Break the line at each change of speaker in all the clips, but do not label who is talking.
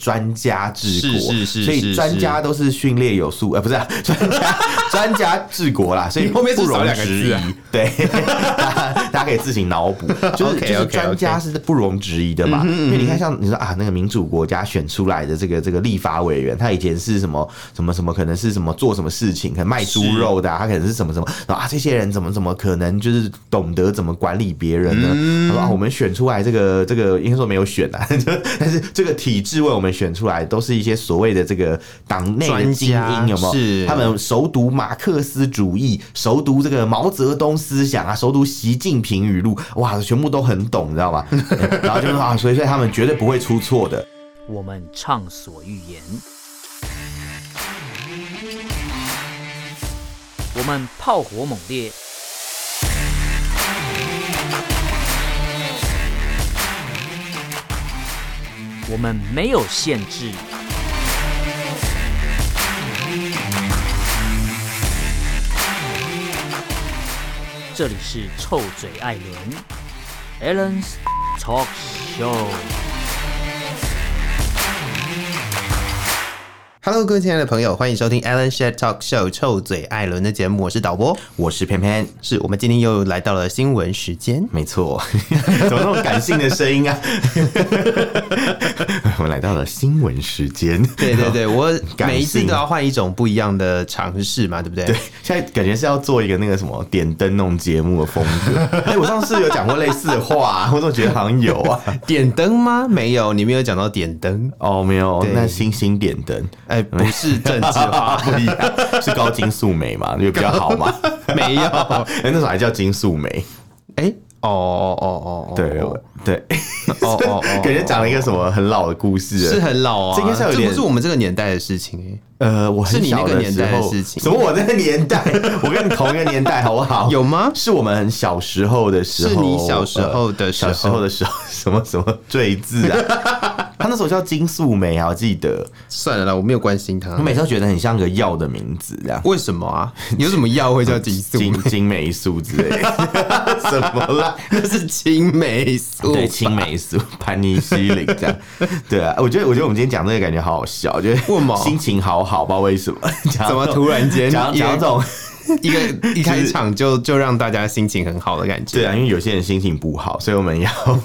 专家治国，
是是是
所以
是
专家都是训练有素，呃，不是啊 专、家专家治国啦，所以
你后面
不
是少
容
两个
置
字啊
疑。对， 大家大家可以自行脑 补，就是
OK，OK，OK
就是专家是不容置疑的
嗯
嘛。因为你看，像你说啊，那个民主国家选出来的这个这个立法委员，他以前是什么什么什么，可能是什么做什么事情，可能卖猪
是
肉的、啊，他可能是什么什么，然后啊，这些人怎么怎么可能就是懂得怎么管理别人呢？
嗯
他说啊，我们选出来这个这个应该说没有选啊， 就但是这个体制为我们选出来，都是一些所谓的这个党内的
专
精
家
英，有没有？
是
他们熟读马克思主义，熟读这个毛泽东思想啊，熟读习近平语录，哇，全部都很懂，你知道 吗？然后就是啊，所以所以他们绝对不会出错的。
我们畅所欲言；我们炮火猛烈；我们没有限制。这里是臭嘴艾伦 a l l e n s Talk Show。
Hello，各位亲爱的朋友，欢迎收听 Alan s h a t Talk Show 臭嘴艾伦的节目，我是导播，
我是偏偏，
是我们今天又来到了新闻时间。
没错， 怎么那么感性的声音啊？ 我们来到了新闻时间，
对对 对，我
感性
每一次都要换一种不一样的尝试嘛，对不对？
对， 现在感觉是要做一个那个什么点灯那种节目的风 格。哎、我上次有讲过类似的话、 我怎么觉得好像有 啊？
点灯吗？没有，你没有讲到点灯。
哦，没有，
对
那星星点 灯，
哎、不 是政治哦化，
啊不一样，是高金素梅 嘛，就比较好嘛。
没有。
哎、那时候还叫金素梅，
哎、哦哦哦哦哦，
对
哦
对，
哦哦 哦，
感觉讲了一个什么很老的故事了。
是很老啊，
这应该是有
这
点
不是我们这个年代的事情哎、
呃，我
是
很
你那
小
个
的
年
时
代的
候，
事情
什么我那个年代， 我跟你同一个年代，好不好？
有吗？
是我们很小时候的时候，
是你小哦时候的时候
小时候的时候， 什么什么坠字啊？ 他那时候叫金素梅啊，我记得，
算了啦，我没有关心他
我。每次都觉得很像个药的名字这样。
为什么啊？有什么药会叫激 素？
金金霉素之类 的，什么啦？
那是青霉素。
对，青霉素、盘尼西林这样， 对啊，我觉得，我觉得我们今天讲这个感觉好好笑，就是
为什么
心情好好，不知道为 什么，讲
怎么
到
突然间
讲
一个
讲到这种
一个一开场就就让大家心情很好的感觉。
对啊，因为有些人心情不好，所以我们要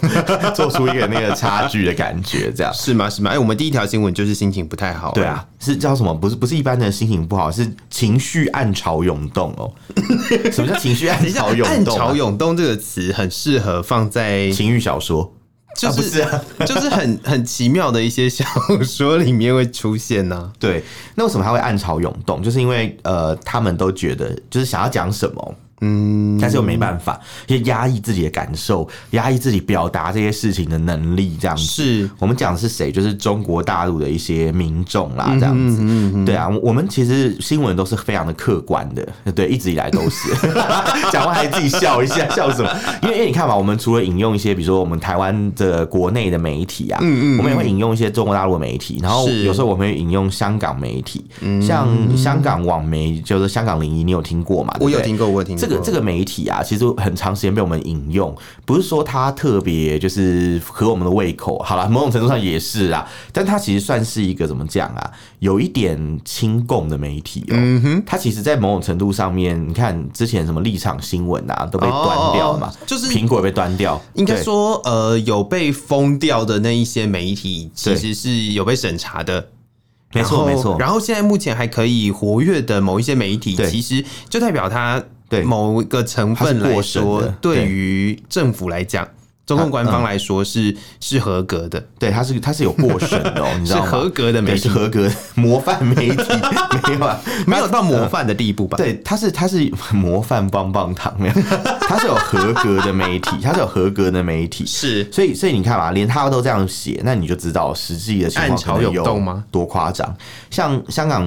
做出一个那个差距的感觉，这样。
是吗？是吗？哎、我们第一条新闻就是心情不太好、
对啊，，是叫什么？不是不是一般的心情不好，是情绪暗潮涌动哦。 什么叫情绪暗
等一下，
潮涌
暗
动、
潮
啊？
涌动这个词很适合放在
情欲小说
就
啊不是啊
就是很很奇妙的一些小说里面会出现啊呢、
对，那为什么他会暗潮涌动？就是因为呃，他们都觉得就是想要讲什么，嗯，但是又没办法，就压抑自己的感受，压抑自己表达这些事情的能力，这样子。
是
我们讲的是谁？就是中国大陆的一些民众啦，
嗯
这样子。对啊，我我们其实新闻都是非常的客观的，对，一直以来都是。 讲完还自己笑一下， 笑什么？因为因为你看嘛，我们除了引用一些，比如说我们台湾的国内的媒体啊，我们也会引用一些中国大陆的媒体，然后
嗯是嗯
有时候我们会引用香港媒体，像香港网媒就是香港零一，你有听过吗？
我有
对不对
听过，我有听过
这个这个媒体啊，其实很长时间被我们引用，不是说它特别就是合我们的胃口，好啦，某种程度上也是啦，但它其实算是一个怎么讲啊，有一点亲共的媒体哦、
嗯
它其实，在某种程度上面，你看之前什么立场新闻啊，都被端掉嘛，
哦哦哦就是
苹果也被端掉，
应该
对
说，呃，有被封掉的那一些媒体，其
对
实是有被审查的。
没错
然后
没错，
然后现在目前还可以活跃的某一些媒体，
对
其实就代表它
对
某一个成分
它是
来
过审
说
的，对
对于政府来讲，中共官方来说是是合格的。
对，它是它是有过审的、嗯 哦，你知
是
道吗？
合格的媒
对是
体，
合格的 模范媒 体，没有啊，
没有到模范的地步吧？
对，它是它是模范棒棒糖，没有，它是有合格的媒体，它是有合格的媒体，
是
所以所以你看嘛，连他都这样写，那你就知道实际的情
暗
况
潮
可能
涌动吗
有多夸张。像香港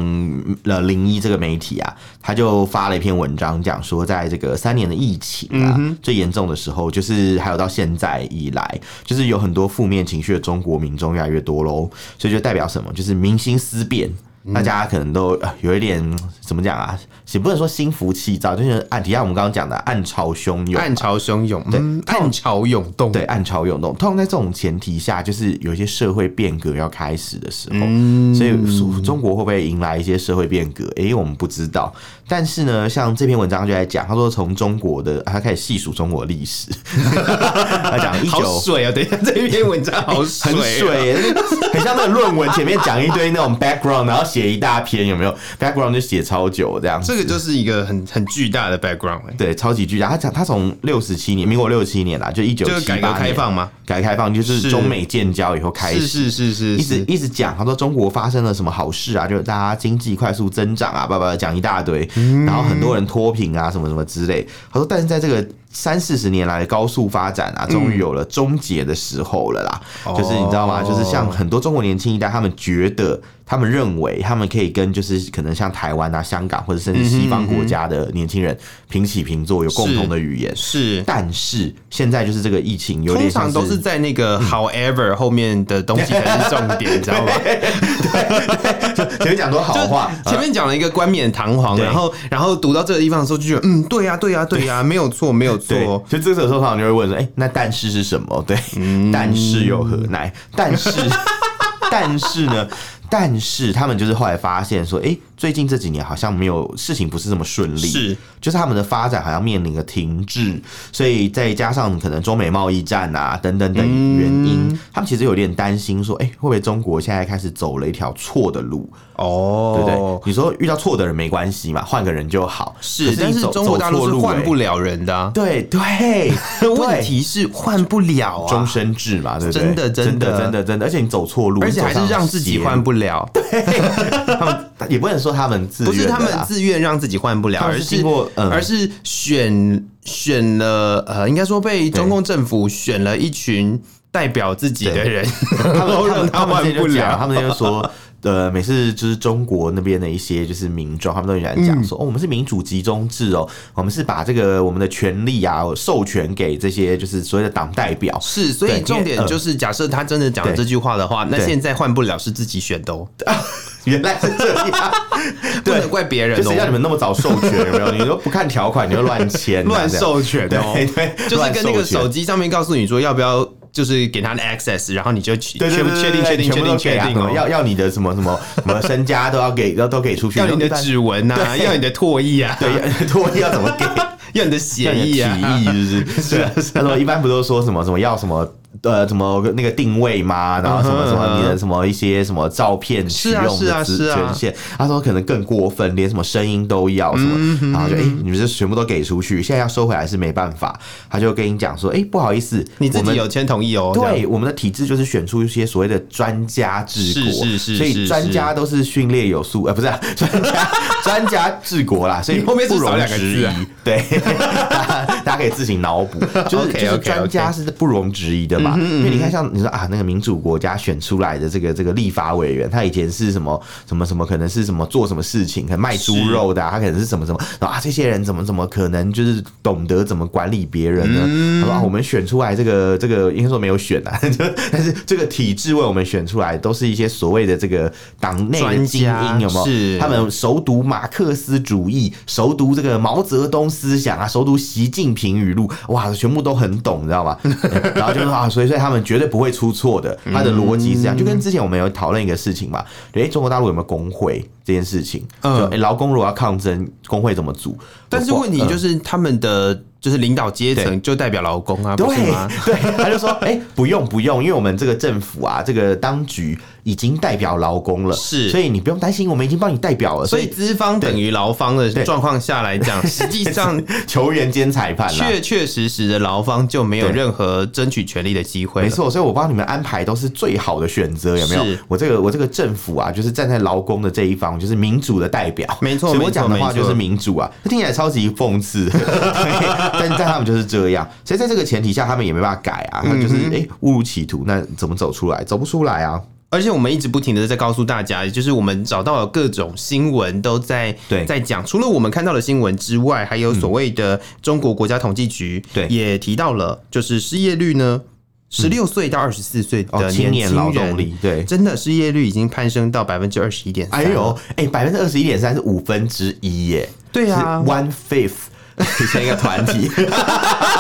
呃零一这个媒体啊，他就发了一篇文章，讲说在这个三年的疫情
嗯
啊、最严重的时候，就是还有到现在以来，就是有很多负面情绪的中国民众越来越多喽，所以就代表什么？就是民心思变。
嗯
大家可能都呃有一点怎么讲啊，也不能说心浮气躁，就是暗，底下我们刚刚讲的暗潮汹涌，啊
暗潮汹涌，嗯暗潮涌动，
对，暗潮涌动。通常在这种前提下，就是有一些社会变革要开始的时候，
嗯
所以中国会不会迎来一些社会变革？诶、我们不知道。但是呢，像这篇文章就在讲，他说从中国的，啊他开始细数中国历史， 他讲一
好
九。哎
水啊！等一下， 这篇文章好水、
很
啊，
水耶，很像那个论文前面讲一堆那种 background，然后写一大篇，有没有？background 就写超久这样子。
这个就是一个很很巨大的 background，、欸、
对，超级巨大。他讲他从六十七年，民国六十七年啦，就一九
就是
七
改革
八
开放吗？
改革开放就是
是
中美建交以后开
是
始，
是是是，
一直
是
一直讲，他说中国发生了什么好事啊，就是大家经济快速增长啊，叭叭叭讲一大堆，
嗯
然后很多人脱贫啊，什么什么之类。他说，但是在这个三四十年来的高速发展啊，终于有了终结的时候了啦。
嗯哦
就是你知道吗？就是像很多中国年轻一代，他们觉得。他们认为他们可以跟就是可能像台湾啊、香港或者甚至西方国家的年轻人平起平坐，有共同的语言。
是。
但是现在就是这个疫情有
通
点像
常都是嗯在那个 however 后面的东西才是重点，你知 道吗？啊
前面讲多好话，
前面讲了一个冠冕堂皇，
对
然后然后读到这个地方的时候就觉得，嗯，对呀、对呀、对呀、没有错，没有
对
错，，
就这个时候通常就会问说，哎、那但是是什么？对，
嗯
但是又何奈？但 是，但是呢？但是他们就是后来发现说，哎、最近这几年好像没有事情不是这么顺利，
是，
就是他们的发展好像面临了停滞，所以再加上可能中美贸易战啊等等等原因，
嗯
他们其实有点担心说，哎、会不会中国现在开始走了一条错的路？
哦，
对不对？你说遇到错的人没关系嘛，换个人就好。可
是，但
你
是
走
中国大
走
陆
错
是
路
换
欸
不了人的、啊。，
对 对
问题是换不了
对终
啊，
身制嘛，对不对？
真的
真
真的
的真的真的，而且你走错路，
而且还是让自己换
不，
不了，
他们也不能说他们自
不
愿的
是
啦，
他们自愿让自己换不了，
他们
而
是
哦是
经过嗯
而是选选了呃，应该说被中共政府选了一群代表自己的人，
他
然后让
们他们
换
之前
不
就讲，
了。
他们之前就说。 呃，每次就是中国那边的一些就是民众，他们都喜欢讲
嗯
说、哦，我们是民主集中制哦，我们是把这个我们的权利啊授权给这些就是所谓的党代表，
是，所以
对
重
因为
点
嗯
就是，假设他真的讲了
对
这句话的话，那
对
现在换不了是自己选的哦，
原来是这 样，
不能怪别人
就谁叫你
哦，
们那么早授权有没有？你都不看条款，你就乱 签啊、
乱
这样
授权哦，
对对，
就是跟那个
乱授权
手机上面告诉你说要不要，就是给他的 access，然后你就确
对对对对
确定
对
确定
全
确
部都
定
给
确
啊
定
什么
哦，
要要你的什么什么什么身家都要给，要都给出去，
要你的
但
指纹呐，
对
要你的唾液啊，
对， 要脱衣要怎么给？
要你的
要
血
你的
液啊，
体液是不是？对啊，他说一般不都说什么什么要什么呃什么那个定位吗？然后什么
嗯
什么你的什么一些什么照片使
是啊
用
是
的
啊
资
是啊
权限？他说可能更过分，连什么声音都要什
嗯
么，然后就哎你们这全部都给出去，现在要收回来是没办法，他就跟你讲说哎不好意思，
你自
我们
己有签同意哦。这样，
对，我们的体制就是选出一些所谓的专家治国，
是是是
所以
是
专家都是训练有素，呃，不是、啊、 专家专家治国啦，所以
你后面是
不
不是少
容
两个
置
字啊
疑。对， 大家大家可以自行脑补，就是就是
OK，OK，OK
专家是不容置疑的嘛，
嗯
因为你看像你说啊，那个民主国家选出来的这个这个立法委员，他以前是什么什么什么，可能是什么做什么事情，可能卖猪
是
肉的、啊，他可能是什么什么，然后啊，这些人怎么怎么可能就是懂得怎么管理别人呢？
嗯
他说、啊、我们选出来这个这个应该说没有选啊， 就但是这个体制为我们选出来，都是一些所谓的这个党内的
专
精英，
家
有没有？
是
他们熟呃读马克思主义，熟读这个毛泽东思想啊，熟读习近平语录，哇，全部都很懂，你知道吗？ 然后就是啊，所以所以他们绝对不会出错的，他的逻辑是这
嗯
样，就跟之前我们有讨论一个事情嘛，诶、中国大陆有没有工会这件事情？
嗯
就诶劳、工如果要抗争，工会怎么组？
但是问题就是他们的就是领导阶层就代表劳工啊，不是
对
吗？
对，他就说，哎、不用不用，因为我们这个政府啊，这个当局已经代表劳工了，
是
所以你不用担心，我们已经帮你代表了，
所以资方等于劳方的
对
状况下来 讲，实际上
球员兼裁判啦。
确确实实的劳方就没有
对
任何争取权利的机会了。
没错，所以我帮你们安排都是最好的选择，有没有
是？
我这个我这个政府啊，就是站在劳工的这一方，我就是民主的代表，
没错
所以我
没错
讲的话
没错
就是民主啊，听起来超级讽刺， 对但但他们就是这样，所以在这个前提下，他们也没办法改啊，他们
嗯
就是哎误入歧途，那怎么走出来？走不出来啊，
而且我们一直不停的在告诉大家，也就是我们找到了各种新闻都在
对
在讲，除了我们看到的新闻之外，嗯还有所谓的中国国家统计局、
对
也提到了，就是失业率呢。十六岁到二十四岁
哦，
的
青
嗯年
年
轻
劳
人
动力，对。
真的失业率已经攀升到百分之二十一点三。
哎 呦，哎、百分之二十一点三是五分之一耶，
对啊
是 one fifth，以前一个团体。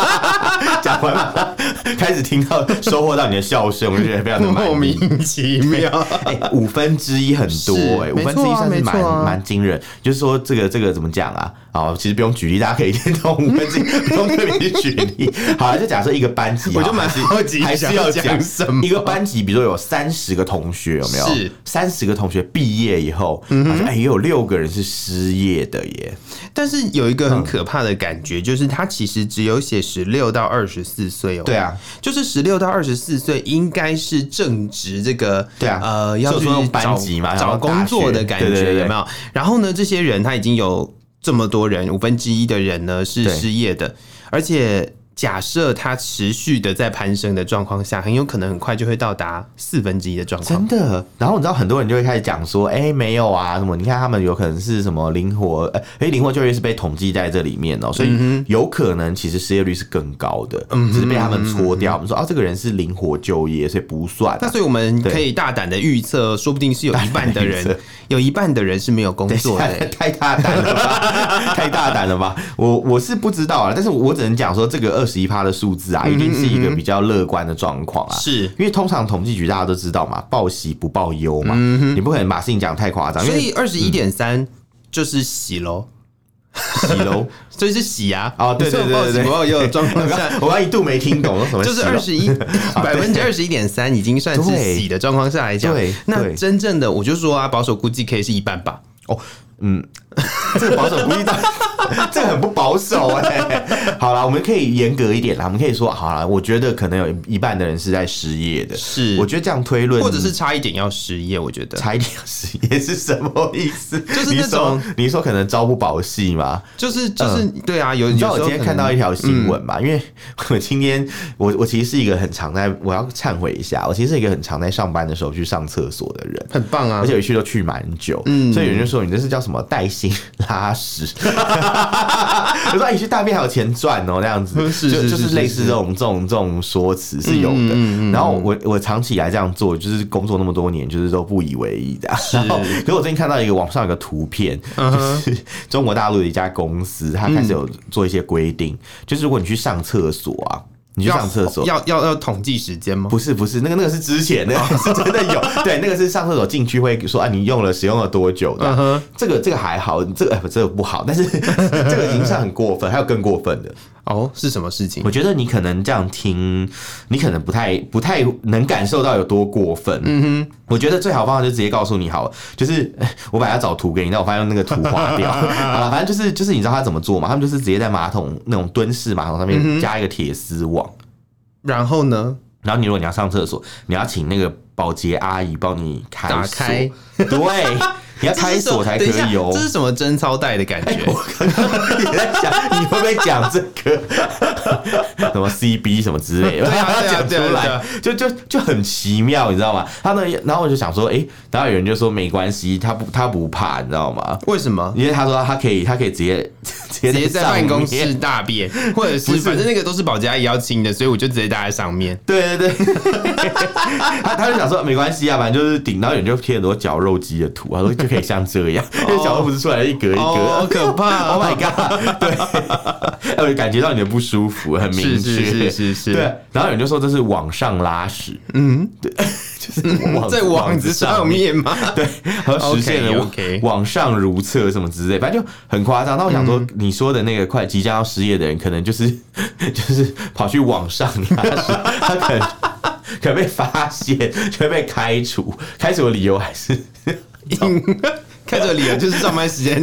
讲完了，开始听到收获到你的笑声，我就觉得非常的满意
莫名其妙。
哎、五分之一很多哎、
是
五分之一算是
没错
蛮
啊没错啊
蛮、惊人。就是说这个这个怎么讲啊？哦，其实不用举例，大家可以听懂五分之一，不用特别去举例。好啊，就假设一个班级，
我就蛮好 奇
还是还
想
是要
讲什么
一个班级，比如说有三十个同学，有没有？
是
三十个同学毕业以后，好像哎也有六个人是失业的耶。
但是有一个很可怕的感觉，就是他其实只有写十六到二十四岁哦。
对啊，
就是十六到二十四岁应该是正值这个
对啊
呃要
就是
去
那种
找
班级嘛然
找
后大
工作的
学
感
对对对
觉
对
有没有？然后呢，这些人他已经有这么多人，五分之一的人呢是
对
失业的，而且。假设它持续的在攀升的状况下，很有可能很快就会到达四分之一的状况
真。的。然后你知道很多人就会开始讲说，哎、没有啊，什么？你看他们有可能是什么灵活，呃哎、灵活就业是被统计在这里面哦、所以有可能其实失业率是更高的，只是被他们搓掉。我们说啊，这个人是灵活就业，所以不算、
那所以我们可以大胆的预测，说不定是有一半
大胆
的
地预
人
测，
有一半的人是没有工作的、
太太大胆了 吧，太大胆了吧！我我是不知道啊，但是我只能讲说，这个二十一趴的数字啊，一定是一个比较乐观的状况啊。
嗯是
因为通常统计局大家都知道嘛，报喜不报忧嘛，你不可能把事情讲太夸张，因
嗯所
为
以二十一点
嗯
三就是喜喽，
喜 楼。
所以是喜啊。
哦对对对对对，
不过有状况下
我刚一度没听懂什么
就
喜
是
楼，
二十一百分之二十一点三已经算是
对
喜的状况下来讲
对，
那
对
真正的我就说啊，保守估计可以是一半吧。
这个保守估 计大，这个很不保守哎、好啦，我们可以严格一点啦，我们可以说好啦，我觉得可能有一半的人是在失业的，
是
我觉得这样推论
或者是差一点要失业，我觉得
踩点失业是什么意 思？就是
那种
你说你说可能朝不保夕嘛。
就是就是对啊，有
嗯你知
有时
道
候
我今天
可
看到
能嗯
一条新闻嘛？因为我今天我我其实是一个很常在我要忏悔一下，我其实是一个很常在上班的时候去上厕所的人。
很棒啊
而，且有去都去蛮久，所以有人就说你这是叫什么带薪拉屎， 我说哎，你去大便还有钱赚哦，那样子，
是是
就是就是是类似
是
这种这种这种说辞是有的。然后我我长期以来这样做，就是工作那么多年，就是都不以为意的。然后，可是我最近看到一个网上有个图片，就是中国大陆的一家公司，它开始有做一些规定，就是如果你去上厕所啊，你去
要
上厕所
要要要统计时间吗？
不是不是，那个那个是之前，那个 是真的有，对，那个是上厕所进去会说啊，你用了使用了多久的、这个这个还好，这个呃这个不好，但是 这个已经算很过分，还有更过分的，
哦，是什么事情
我？觉得你可能这样听，你可能不太不太能感受到有多过分。嗯哼，我觉得最好方法就直接告诉你好了，就是 呃我本来要找图给你，但我发现那个图划 掉。好了，反正就是就是你知道他怎么做嘛？他们就是直接在马桶那种蹲式马桶上面加一个铁丝网。
然后呢？
然后你如果你要上厕所，你要请那个保洁阿姨帮你开
打
锁
开，
对，你要开锁才可
等一
以
下
哦
这。是什么贞操带的感觉？
你在想你会不会讲这个什么 CB 什么之类的，
对啊
把它
对啊
讲
对啊
出
对
来
啊，
就就就很奇妙，你知道吗？他那然后我就想说，诶，然后有人就说没关系，他不他不怕，你知道吗？
为什么？
因为他说他可以，他可以直接直
直接在办公
上面
室大便，或者是
不是
反正那个都是保洁阿姨要清的，所以我就直接搭在上面。
对对 对，他他就想说没关系啊，反正就是顶到远就贴很多绞肉机的图，他说就可以像这 样，因为绞肉不是出来一格一格，
哦好可怕
！Oh my god！对， 哎，我感觉到你的不舒服，很明确，
是是是是是，
对，然后有人就说这是往上拉屎，嗯，对， 就是往
嗯在网子上。面吗？
对， 和实现了
OK，OK
往上如厕什么之类，反正就很夸张。那我想
嗯
说，你说的那个快即将要失业的人，可能就是 就是跑去网上拉屎，他可能可能被发现，就会被开除。开除的理由还是
看这里啊，就是上班时间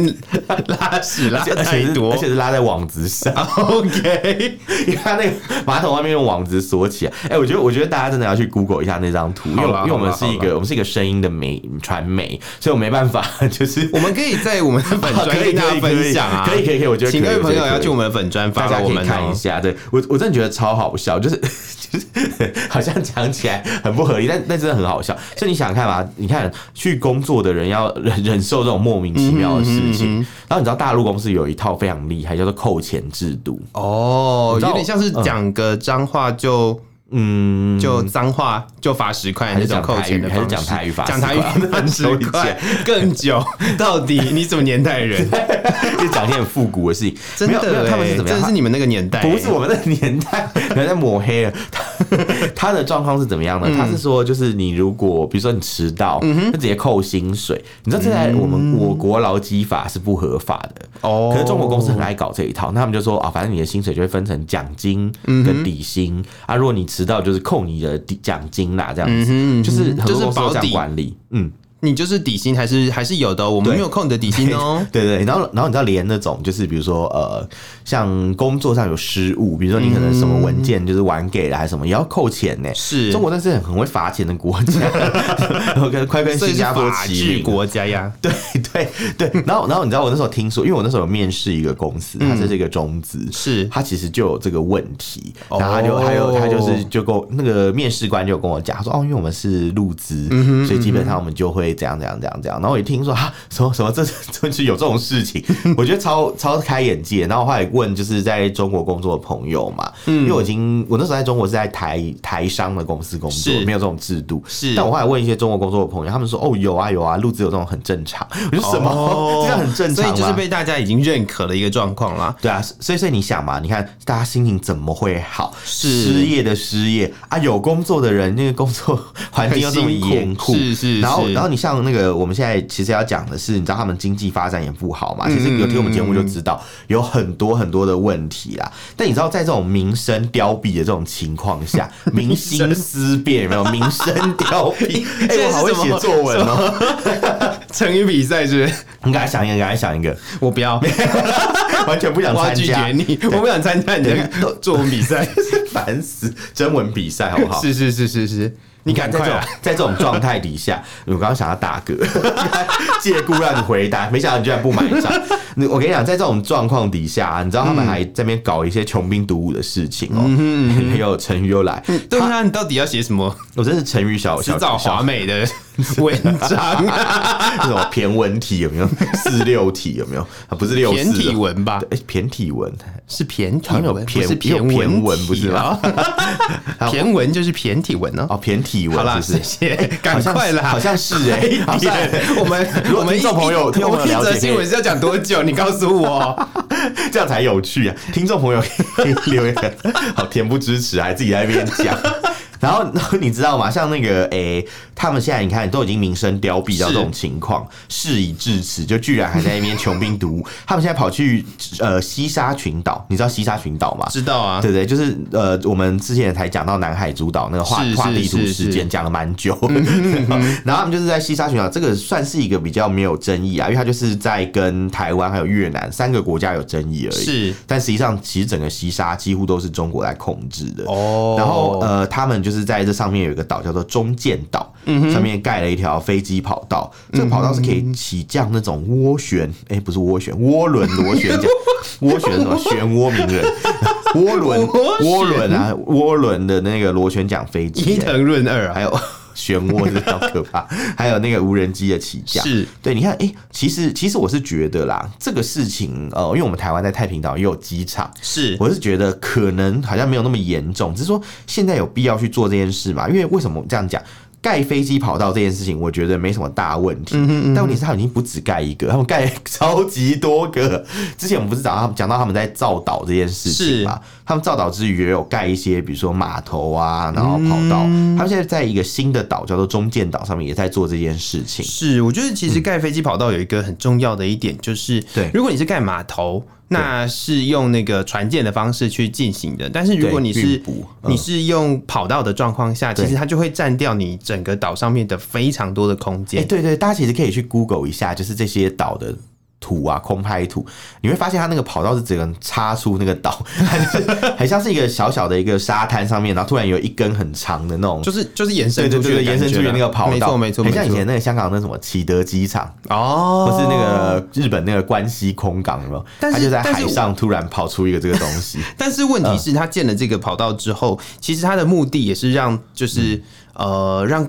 拉屎拉
而且而且
太
是
多
而。且是拉在网子上。
OK，
因为他那个马桶外面用网子锁起来。哎、我觉得，我觉得大家真的要去 Google 一下那张图，因为
好啦
我因为我们
好
是
啦
一个我们是一个声音的媒传媒，所以我没办法， 就是
我们可以在我们的粉
好
专
可以
跟大
可
家
以可以
分享啊，
可以可以可以我觉得
请各
可以
位朋
我
友
觉得
要
可以
去我们的粉专
大
发
家
了
可
我
以
们
看
哦
一下。对我我真的觉得超好笑，就是 就是好像讲起来很不合理，但但真的很好笑。所以你想想看嘛，你看去工作的人要忍忍受这种莫名其妙的事情，然后你知道大陆公司有一套非 常厉害，叫做扣钱制度。
哦，
你知道
有点像是讲个脏话就
嗯，
就脏话就罚十块
还
那
是
种
讲
扣
台
钱
语，
的
还是
方式，
讲台语罚
讲台语
10块
罚十
很久以
块
前
更久，到底你什么年 代人？
就讲一些很复古的事情。
真
没啊有没有
的
他们
欸
是怎么样？
真的是你们那个年代欸，
不是我们那个年代，可能在抹黑了。 他他的状况是怎么样呢？他是说，就是你如果比如说你迟到，就直接扣薪水。你知道现在我们我国劳基法是不合法的，
哦
可是中国公司很爱搞这一套，那他们就说啊，反正你的薪水就会分成奖金跟底薪啊，如果你迟到就是扣你的底奖金啦，这样子，嗯就是很多公司都这样管理，嗯。
你就是底薪还是还是有的哦，我们
对
没有扣你的底薪哦。
对对，然后然后你知道连那种就是比如说呃，像工作上有失误，比如说你可能什么文件就是晚给了还是什么，也要扣钱呢、
是
中国那是很很会罚钱的国 家，跟快跟
所以
新
是
加坡
法
齐
治
名。
国家呀，
对 对对，然后然后你知道我那时候听说，因为我那时候有面试一个公司，它是这个中资，
是
它其实就有这个问题，然后他就他有
哦
他就是就跟我那个面试官就跟我讲，他说哦，因为我们是入资，
嗯
所以基本上我们就会怎样怎样怎样怎样。然后我一听说啊，什么什么这这是有这种事 情，我觉得超超开眼界。然后我后来问就是在中国工作的朋友嘛，
嗯
因为我已经我那时候在中国是在台台商的公司工作
是，
没有这种制度，
是
但我后来问一些中国工作的朋友，他们说哦有啊有啊，入资有这种很正常。我说什么？ 这样很正常
哦所
吗？
以就是被大家已经认可的一个状况啦。
对啊，所以所以你想嘛，你看大家心情怎么会好？
是
失业的失业啊，有工作的人那个工作环境又这么
很辛苦
严酷，
是是
然后
是
然后你像那个我们现在其实要讲的是，你知道他们经济发展也不好嘛，
嗯
其实有听我们节目就知道有很多很多的问题啦。但你知道在这种民生凋敝的这种情况 下，民心思变有没有？民生凋 敝，哎、
这
我
是
好会
什么
写作文哦、
成语比赛是不是？
你赶快想一个，赶快想一个，
我不要，
完全不想
我要
参
拒绝
加。
你，我不想参加你的作文比 赛。
烦死！征文比赛好不好？
是是是是是，
你
你
看
赶
在
快啊
这种
来。
在这种状态底下， 我刚刚想要打嗝， 借故让你回答，没想到你居然不买账。 你我跟你讲，在这种状况底下、你知道他们还在那边搞一些穷兵黩武的事情哦、
嗯
还有成语又来，
对啊，你到底要写什么
我真是成语小
辞
小
藻华
小
美的文章 啊？
那种骈文体有没 有？四六体有没有？啊不是六
骈
四
体
哦，
文吧？
哎，骈体文
是骈体
好像有
文，不
骈
是
有骈
文
文不是
吗
吗？
骈文就是骈体文哦。
哦，骈体
好
文
啦，
是不
谢
是？
谢，赶快啦，
好像是好像是哎、欸，好像
我们
如果
我们
听众朋友
一
听众
我
朋
们
友了
一
解
则新闻是要讲多久？ 你告诉我，
这样才有趣啊！听众朋友可以留言， 好恬不知耻，还自己在那边讲。 然后，然后你知道吗？像那个诶、他们现在你看都已经名声凋敝到这种情况，事已至此，就居然还在那边穷兵黩武。他们现在跑去呃西沙群岛，你知道西沙群岛吗？
知道啊？
对对，就是呃，我们之前才讲到南海诸岛那个画
是是
画地图事
是是嗯
件，讲了蛮久。 然后他们就是在西沙群岛，这个算是一个比较没有争议啊，因为它就是在跟台湾还有越南三个国家有争议而已。
是
但实际上，其实整个西沙几乎都是中国来控制的。
哦
然后呃，他们就是在这上面有一个岛叫做中间岛，
嗯
上面盖了一条飞机跑道。这个跑道是可以起降那种涡旋，哎、不是涡旋，涡轮螺旋桨，涡旋是什么漩涡鸣人，涡轮
涡旋
涡轮啊，涡轮的那个螺旋桨飞机、哎
伊藤润二啊，
还有漩涡是好可怕，还有那个无人机的起降。
是
对，你看，哎、其实其实我是觉得啦，这个事情，呃，因为我们台湾在太平岛也有机场，
是
我是觉得可能好像没有那么严重，只是说现在有必要去做这件事嘛？因为为什么这样讲？盖飞机跑道这件事情，我觉得没什么大问题。
嗯
但问题是，他们已经不止盖一个，他们盖 超级多个。之前我们不是讲到他们讲到他们在造岛这件事情嘛？他们造岛之余也有盖一些，比如说码头啊，然后跑道。
嗯
他们现在在一个新的岛叫做中间岛上面也在做这件事情。
是，我觉得其实盖飞机跑道有一个很重要的一点就是，
嗯对
如果你是盖码头。那是用那个船舰的方式去进行的，但是如果
对
你是
运补嗯
你是用跑道的状况下，其实
对
它就会占掉你整个岛上面的非常多的空
哎、
间。
对对，大家其实可以去 Google 一下，就是这些岛的。图啊，空拍图，你会发现它那个跑道是整个插出那个岛， 还是很像是一个小小的一个沙滩上面，然后突然有一根很长的那种，
就是就是延
对
伸
对
出去
对
的
对，延伸
感觉
出去
啦
那个跑道，
没错没错，
很像
没
以
错
前那个香港那什么启德机场，
哦，
或是那个日本那个关西空港，有没有？
但
它
是
就在
但是
海
我
上突然跑出一个这个东西，
但是问题是，
嗯
他建了这个跑道之后，其实他的目的也是让，就是、呃，让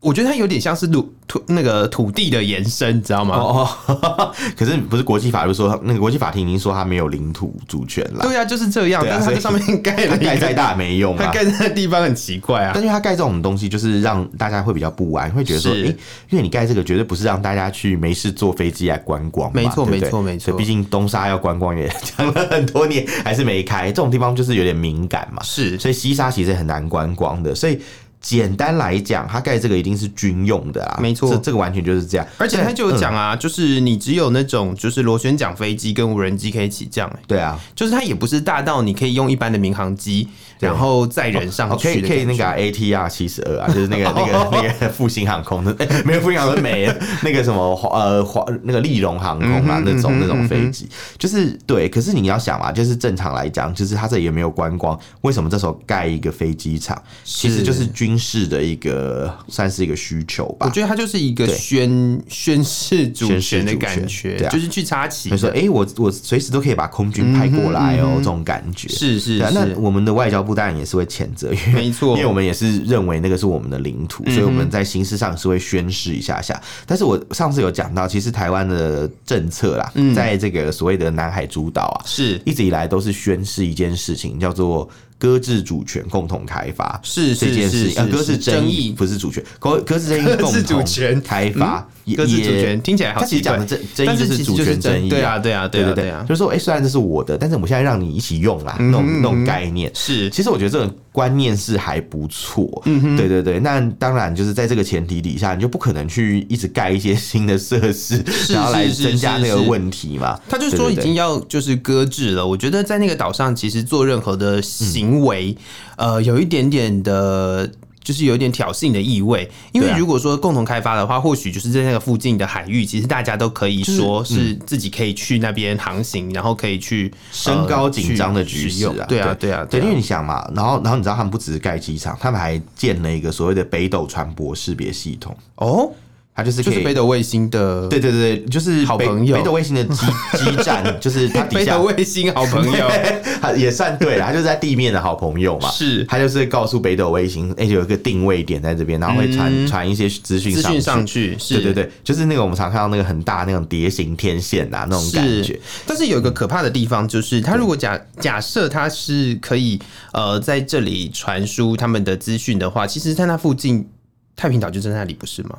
我觉得它有点像是土土那个土地的延伸，你知道 吗？
哦哦，可是不是国际法律说那个国际法庭已经说他没有领土主权了，
对啊，就是这样。
对啊
但是它这上
所以
面盖
它
了一个
盖再，大没用
它
啊。
盖在的地方很奇怪啊
但。是他盖这种东西，就是让大家会比较不安，会觉得说，
是
诶，因为你盖这个绝对不是让大家去没事坐飞机来观光嘛，
没
对
错
不对
没错没错
所以毕竟东沙要观光也讲了很多年，还是没开，这种地方就是有点敏感嘛，
是
所以西沙其实很难观光的，所以。简单来讲，他盖这个一定是军用的啊，
没错
这这个完全就是这样。嗯
而且他就有讲啊，就是你只有那种就是螺旋桨飞机跟无人机可以起降、欸，
对啊，
就是它也不是大到你可以用一般的民航机，
对
然后载人上
哦可
啊去
以
的
可以
感
那
觉哦
个 ATR 七十二啊，就是那个那个那个复兴航空的， 哎没有复兴航空没了那个什么华呃华那个丽荣航空啊
嗯哼
那种
嗯哼
那种飞
嗯
机，就是对。可是你要想嘛，就是正常来讲，就是它这里也没有观光，为什么这时候盖一个飞机场？其实就是军事的一个算是一个需求
我
吧。
觉得它就是一个
对
宣宣誓主
宣誓
权的
主
感
权
觉，
对啊
就是去插旗
所以说，
的。
哎、我我随时都可以把空
嗯
军派过来哦，这种感觉。
是是
对啊，那
是，
我们的外交部当然也是会谴责，因为
没 错嗯
因为我们也是认为那个是我们的领土，所以我们在形式上是会宣示一下下。但是我上次有讲到，其实台湾的政策啦，
嗯
在这个所谓的南海诸岛啊，
是
一直以来都是宣示一件事情，叫做搁置主权共同开发。
是
这
是
件事
是
情，啊，
是
搁置
是
争议不是主权，搁搁置争议
搁
共
置主
同
权
开发，也
各自主
也
权听起来好
他其
奇
实讲
怪
的，争争
但
议就是是
其实
主
就是
权
争
争议，
对啊对啊对啊
对
对
对
啊，嗯
就是说，哎，虽然这是我的，但是我们现在让你一起用啦，那种那种概念。
是
其实我觉得这个观念是还不错，嗯对对对。那当然就是在这个前提底下，你就不可能去一直盖一些新的设施，然后来
是是
增加那
是
个
是
问题嘛。
他就
对
说
对
已
对
经要就是搁置了。我觉得在那个岛上，其实做任何的行为，
嗯
呃，有一点点的。就是有一点挑衅的意味，因为
对啊
如果说共同开发的话，或许就是在那个附近的海域，其实大家都可以说是
嗯
自己可以去那边航行，然后可以去
升高紧张的局势啊
呃去使用对啊，对啊，
对，因
啊
为你想嘛，然后然后你知道他们不只是盖机场，他们还建了一个所谓的北斗船舶识别系统，
哦，
它就是
就
可
是
以
北斗卫星的
对对对，对就是
好
北
朋友
北斗卫星的 基基站，就是它底
北
下
斗卫星 好朋友
它也算对了，它就是在地面的好朋友嘛。
是
它就是告诉北斗卫星，哎、有一个定位点在这边，然后会传传、一些资讯
嗯资
上
讯
去。
上去，是
对对对，就是那个我们常看到那个很大那种蝶形天线啊，那种感觉
是。但是有一个可怕的地方，就是他如果假假设他是可以呃在这里传输他们的资讯的话，其实在那附近太平岛就在那里，不是吗？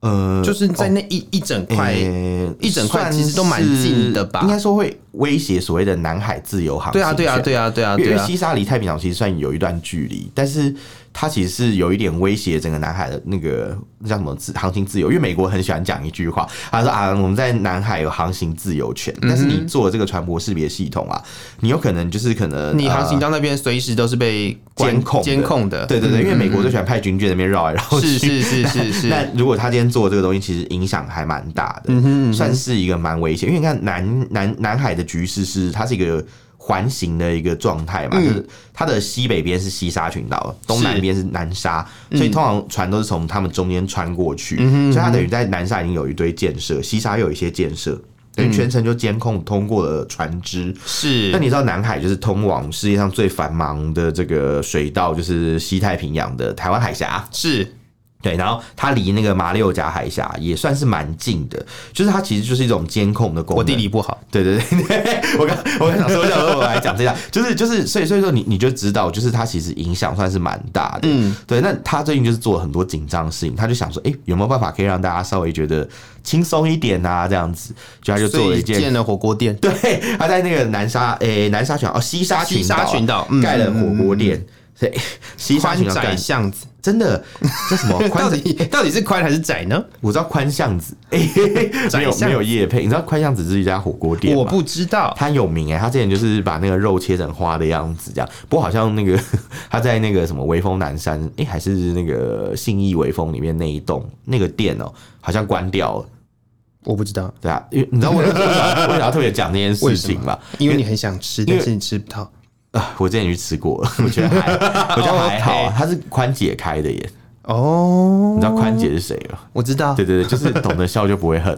呃，
就是在那一、一整块。
呃
一整块
算
其实都蛮近的吧
是应该说会威胁所谓的南海自由航行
对啊，对啊，
权
对啊，对啊，
因
对
为
啊，
西沙离太平洋其实算有一段距离，但是它其实是有一点威胁整个南海的那个那叫什么自航行自由。因为美国很喜欢讲一句话，他说啊，我们在南海有航行自由权，但是
嗯
你做这个船舶识别系统啊，你有可能就是可能
你航行
到、
到那嗯边随时都是被
呃
关
监控的
监控的。
呃对对对，因为美国最喜欢派军舰在那边绕来绕去。
是是是是
那
是，
如果他今天做这个东西，其实影响还蛮大的，算是一个蛮危险。因为你看南南南海的局势是它是一个环形的一个状态嘛，就是它的西北边是西沙群岛，东南边是南沙，所以通常船都是从他们中间穿过去，所以它等于在南沙已经有一堆建设，西沙又有一些建设。等于全程就监控通过了船只，
是
但你知道南海就是通往世界上最繁忙的这个水道，就是西太平洋的台湾海峡。
是
对，然后它离那个马六甲海峡也算是蛮近的，就是它其实就是一种监控的功能。
我地理不好，
对对 对，对我刚我刚想说，我想说我来讲这样，就是就是，所以所以说你你就知道，就是它其实影响算是蛮大的。嗯，对。那他最近就是做了很多紧张的事情，他就想说，哎、有没有办法可以让大家稍微觉得轻松一点啊？这样子，就他就做
所
了
以
一件
建了火锅店。
对，他在那个南沙诶、南沙群岛哦西沙群岛啊、
西沙群岛嗯
盖了火锅店，所以西沙
宽
群岛
窄
盖
巷子，
真 的这什么宽
到
窄
底到底是宽还是窄呢？
我知道宽巷 子，欸、嘿嘿
窄
没有
巷子
没有夜配，你知道宽巷子是一家火锅店吗
我不知道。
他有名哎、欸，他之前就是把那个肉切成花的样子这样。不过好像那个 他在那个什么微风南山，哎、还是那个信义微风里面那一栋那个店哦、好像关掉了。
我不知道，
对啊，因为你知道我为啥为啥特别讲这件
为
事
什
情吗
么？？因为你很想吃，
因为
但是你吃不到。
啊，我之前去吃过了，我觉得还 我觉得还好啊
OK。
他是宽姐开的耶，
哦，
你知道宽姐是谁吗？
我知道，
对对对，就是懂得笑就不会 恨。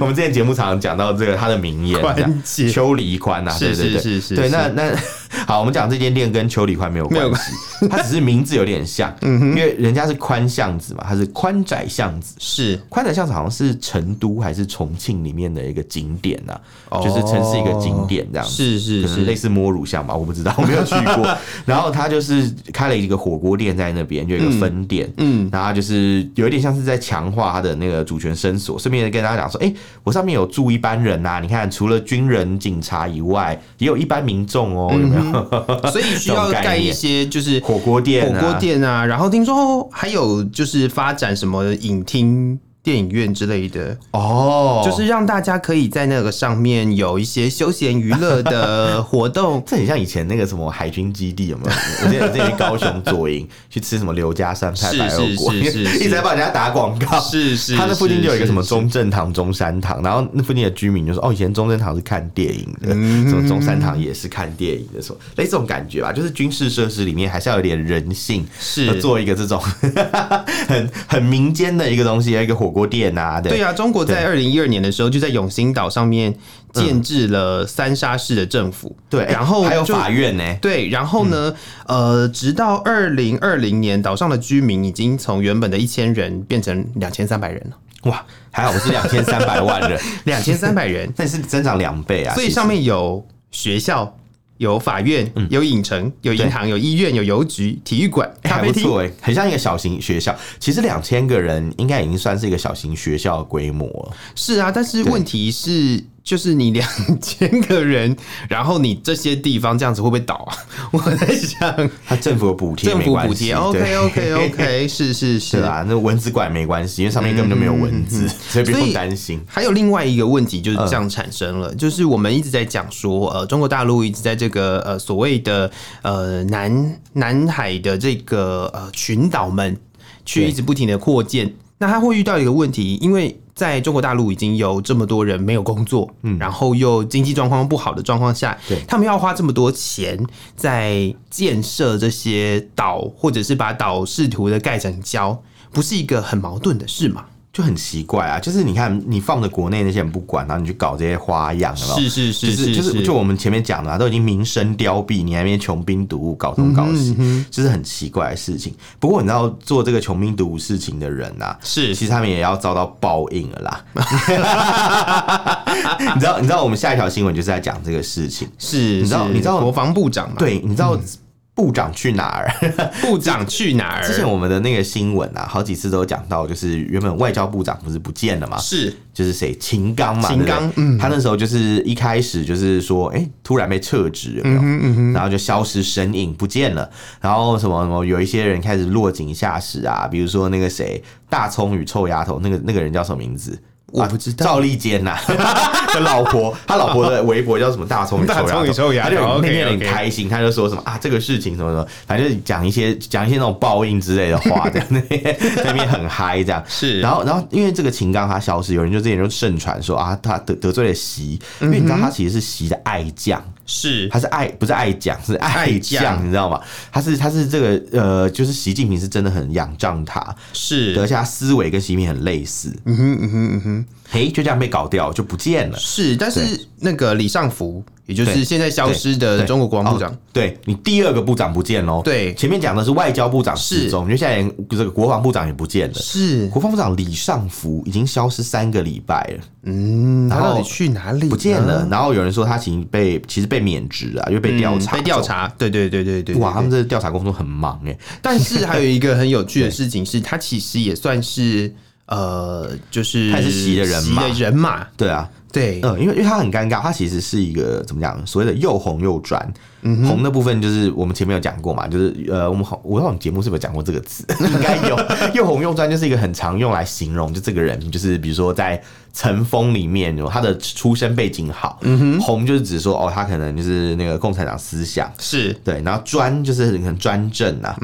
我们之前节目常常讲到这个他的名言，
宽
这样
姐
邱黎宽啊，对
是
对
是
对
是是
对。
是
那那 好，我们讲这间店跟邱礼宽没有
没有嗯
关系，它只是名字有点 像，因为人家是宽巷子嘛，它是宽窄巷子。
是
宽窄巷子好像是成都还是重庆里面的一个景点呐、
哦
就是城市一个景点这样子。
是是
可能类
是，
似摸乳巷吧，我不知道，我 没有去 过。然后他就是开了一个火锅店在那边，就有一个分店，
嗯，
然后他就是有一点像是在强化他的那个主权伸索，顺便跟大家讲说，哎、我上面有住一般人呐、啊你看除了军人、警察以外，也有一般民众哦、
嗯
有没有？
所以需要
这种概念
盖一些就是
火锅店、
火
啊，
锅店啊，然后听说哦还有就是发展什么影厅、电影院之类的，
哦，
就是让大家可以在那个上面有一些休闲娱 乐的活动。
这很像以前那个什么海军基地有没有？我记得我之前去高雄左营去吃什么刘家山派
是
白肉锅，
是是是
一直在帮人家打广告。
是是
他那附近就有一个什么中
是
正堂、中山堂，然后那附近的居民就说：“哦，以前中正堂是看电影的，
嗯
什么中山堂也是看电影的，什么类似这种感觉吧，就是军事设施里面还是要有点人性，
是
要呃做一个这种 很很民间的一个东西，一个火锅店啊，对嗯
对啊，中国在二零一二年的时候就在永兴岛上面建制了三沙市的政府，
对，
然后
还有
就
法院呢、
对，然后呢，
嗯
呃，直到二零二零年，岛上的居民已经从原本的一千人变成两千三百人 了，
哇，还好我是两千三百万 人，
两千三 百人，
那是增长两倍啊，
所以
其实
上面有学校。有法院，
嗯
有影城，有银行，有医院，有邮局、体育馆、
欸
咖
还
啡
不
厅，
错哎、很像一个小型学校。其实两千个人应该已经算是一个小型学校的规模了。
是啊，但是问题是，就是你两千个人，然后你这些地方这样子会不会倒啊？ 我在想，
它政府有补贴
政
没
府
关系，
补贴
对
，OK OK OK，是是
对
是。
啊，嗯那蚊子馆没关系，因为上面根本就没有蚊子， 所以不
所
用
以
担心。
还有另外一个问题就是这样产生了，就是我们一直在讲说，呃，中国大陆一直在这个呃所谓的呃南南海的这个呃群岛们去
对
一直不停的扩建，那它会遇到一个问题，因为在中国大陆已经有这么多人没有工作，嗯，然后又经济状况不好的状况下
对，
他们要花这么多钱在建设这些岛，或者是把岛试图的盖成礁，不是一个很矛盾的事嘛？
就很奇怪啊，就是你看，你放着国内那些人不管，然后你去搞这些花样，有没有
是是是
就是
是
就是就我们前面讲的、啊，都已经民生凋敝，你还没穷兵黩武，搞东搞西，就是很奇怪的事情。不过你知道做这个穷兵黩武事情的人啊，
是
其实他们也要遭到报应了啦。 你知道你知道我们下一条新闻就是在讲这个事情，
是，
你知道
是
你知道
国防部长嘛？，
对，你知道部长去哪儿？
部长去哪儿？
之前我们的那个新闻啊，好几次都有讲到，就是原本外交部长不是不见了嘛，
是
就是谁秦刚嘛，
秦刚
对
嗯
不对他那时候就是一开始就是说，哎、突然被撤职，有没有？然后就消失身影，不见了。然后什么什么，有一些人开始落井下石啊，比如说那个谁，大葱与臭丫头，那个那个人叫什么名字？
我不知道
啊赵立坚呐、 的老婆，他老婆的微博叫什么？大葱与臭丫头，
大葱与臭丫头
他就那
OK，
天很
OK
开心，他就说什么啊，这个事情什么什么，反正就讲一些讲一些那种报应之类的话，这样 那边那边很嗨这样。
是，
然
后
后，然后因为这个秦刚他消失，有人就之前就盛传说啊，他得得罪了习，因为你知道
嗯
他其实是习的爱将，
是
他是爱不是爱将是爱
爱
将，
将
你知道吗？他是他是这个呃，就是习近平是真的很仰仗他，
是
而且他思维跟习近平很类似，嗯哼嗯哼嗯哼，嘿，就这样被搞掉就不见了。
是，但是那个李尚福，也就是
对
现在消失的
对
中国国防部长
哦，对你第二个部长不见喽。
对
前面讲的是外交部长失
是
踪，因为现在连这个国防部长也不见了。
是，
国防部长李尚福已经消失三个礼拜了，
嗯，他
然后
到底去哪里
哦不见
呢
了。？然后有人说他其实被其实被免职啊，因为被调查、
嗯被调。查，对对对对对，对
哇，他们这调查工作很忙哎、
但是还有一个很有趣的事 情是，他其实也算是呃，就是
他也是习的人嘛
习的人马，
对啊，
对，
嗯，因为因为他很尴尬，他其实是一个怎么讲，所谓的又红又专。红的部分就是我们前面有讲过嘛，就是呃，我们好，我好像节目是不是有讲过这个词？ 应该有。又红又专就是一个很常用来形容，就这个人，就是比如说在尘封里面，有他的出身背景好，红就是指说哦，他可能就是那个共产党思想，
是
对，然后专就是很专政啊，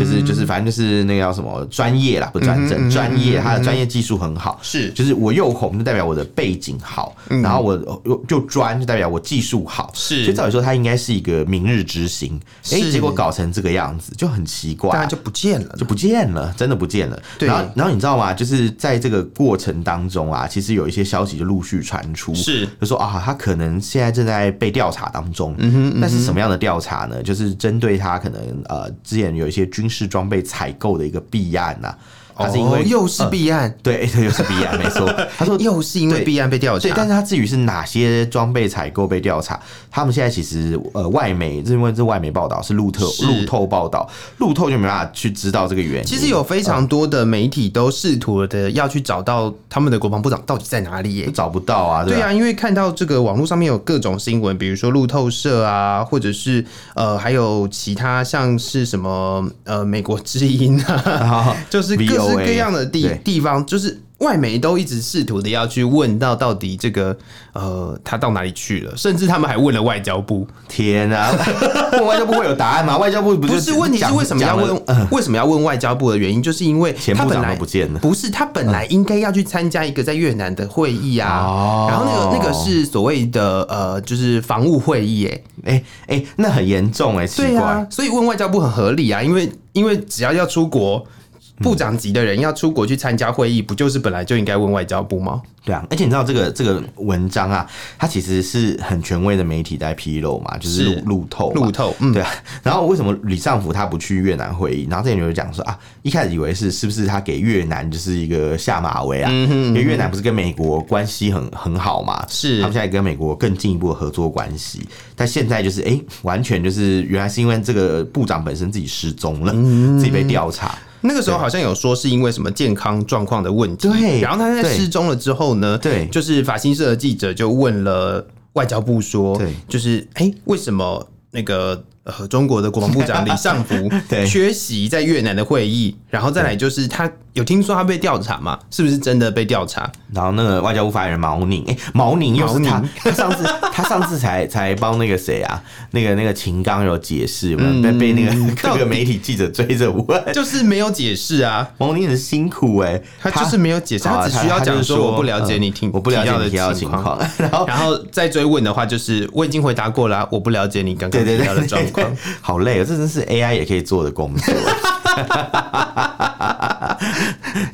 就是就是反正就是那个叫什么专嗯业啦，不是专政，专业，他的专业技术很好，
是
就是我又红就代表我的背景好，然后我就专就代表我技术好，
嗯是
所以照理说他应该是一个明日之星，哎、
是
结果搞成这个样子就很奇怪、
当
啊
然就。不见了
就。不见了，真的不见了。
对
然后然后你知道吗？就是在这个过程当中啊，其实有一些消息就陆续传出，
是
就说啊，他可能现在正在被调查当中。嗯哼，但是什么样的调查呢？就是针对他可能呃之前有一些军事装备采购的一个弊案呐、他是因为、嗯
哦又是弊案，
对，又是弊案，没错。他说
又是因为
对
弊案被调
对，但
查。
是他至于是哪些装备采购被调查，他们现在其实呃，外媒因为这外媒报道是路透
是
路透报道，路透就没办法去知道这个原因。
其实有非
嗯
常多的媒体都试图的要去找到他们的国防部长到底在哪里耶、
找不到啊，
对
吧？
啊，因为看到这个网络上面有各种新闻，比如说路透社啊，或者是呃，还有其他像是什么呃，美国之音
哦
啊，就是各式
VOA
各样的地
对
地方，就是外媒都一直试图的要去问到到底这个呃，他到哪里去了，甚至他们还问了外交部。
天啊， 问外交部会有答案吗？外交部不
不
就是
问题是
讲
为什么要？
讲
问
了、
为什么要问外交部的原因，就是因为
前
他
部
本
长
来
都不见了
不是他本来应该要去参加一个在越南的会议啊，
哦
然后那个那个是所谓的呃，就是防务会议、欸，
哎哎、那很严重哎、奇
对
怪。
啊，所以问外交部很合理啊，因为因为只要要出国。部长级的人要出国去参加会议，不就是本来就应该问外交部吗？
对啊，而且你知道这个这个文章啊，它其实是很权威的媒体在披露嘛，就是
是
路路透嘛
路透，嗯，
对啊，然后为什么李尚福他不去越南会议？然后这里有人讲说啊，一开始以为是是不是他给越南就是一个下马威啊？
嗯
因为越南不是跟美国关系很很好嘛，
是
他们现在跟美国更进一步的合作关系。但现在就是哎、完全就是原来是因为这个部长本身自己失踪了，
嗯
自己被调查。
那个时候好像有说是因为什么健康状况的问题，
对
然后他在
对
失踪了之后呢，
对
就是法新社的记者就问了外交部说，
对
就是哎、诶为什么那个呃中国的国防部长李尚 福
对
缺席在越南的会议？然后再来就是他有听说他被调查吗？是不是真的被调查？
然后那个外交部发言人毛宁，哎、毛宁又是他，他上次他上次才才帮那个谁啊，那个那个秦刚有解释嘛，被被那个 各
嗯到底
个媒体记者追着问。
就是没有解释啊。
蒙宁很辛苦哎、
他就是没有解释，
好啊
他只需要
他就
讲
是
说我不了解你听，
嗯我不了解你提到的情。
情
况， 然后
然后再追问的话，就是我已经回答过了啊、我不了解你刚刚
对对
提到的
对，
状 况。
好累哦，这真是 AI 也可以做的工作。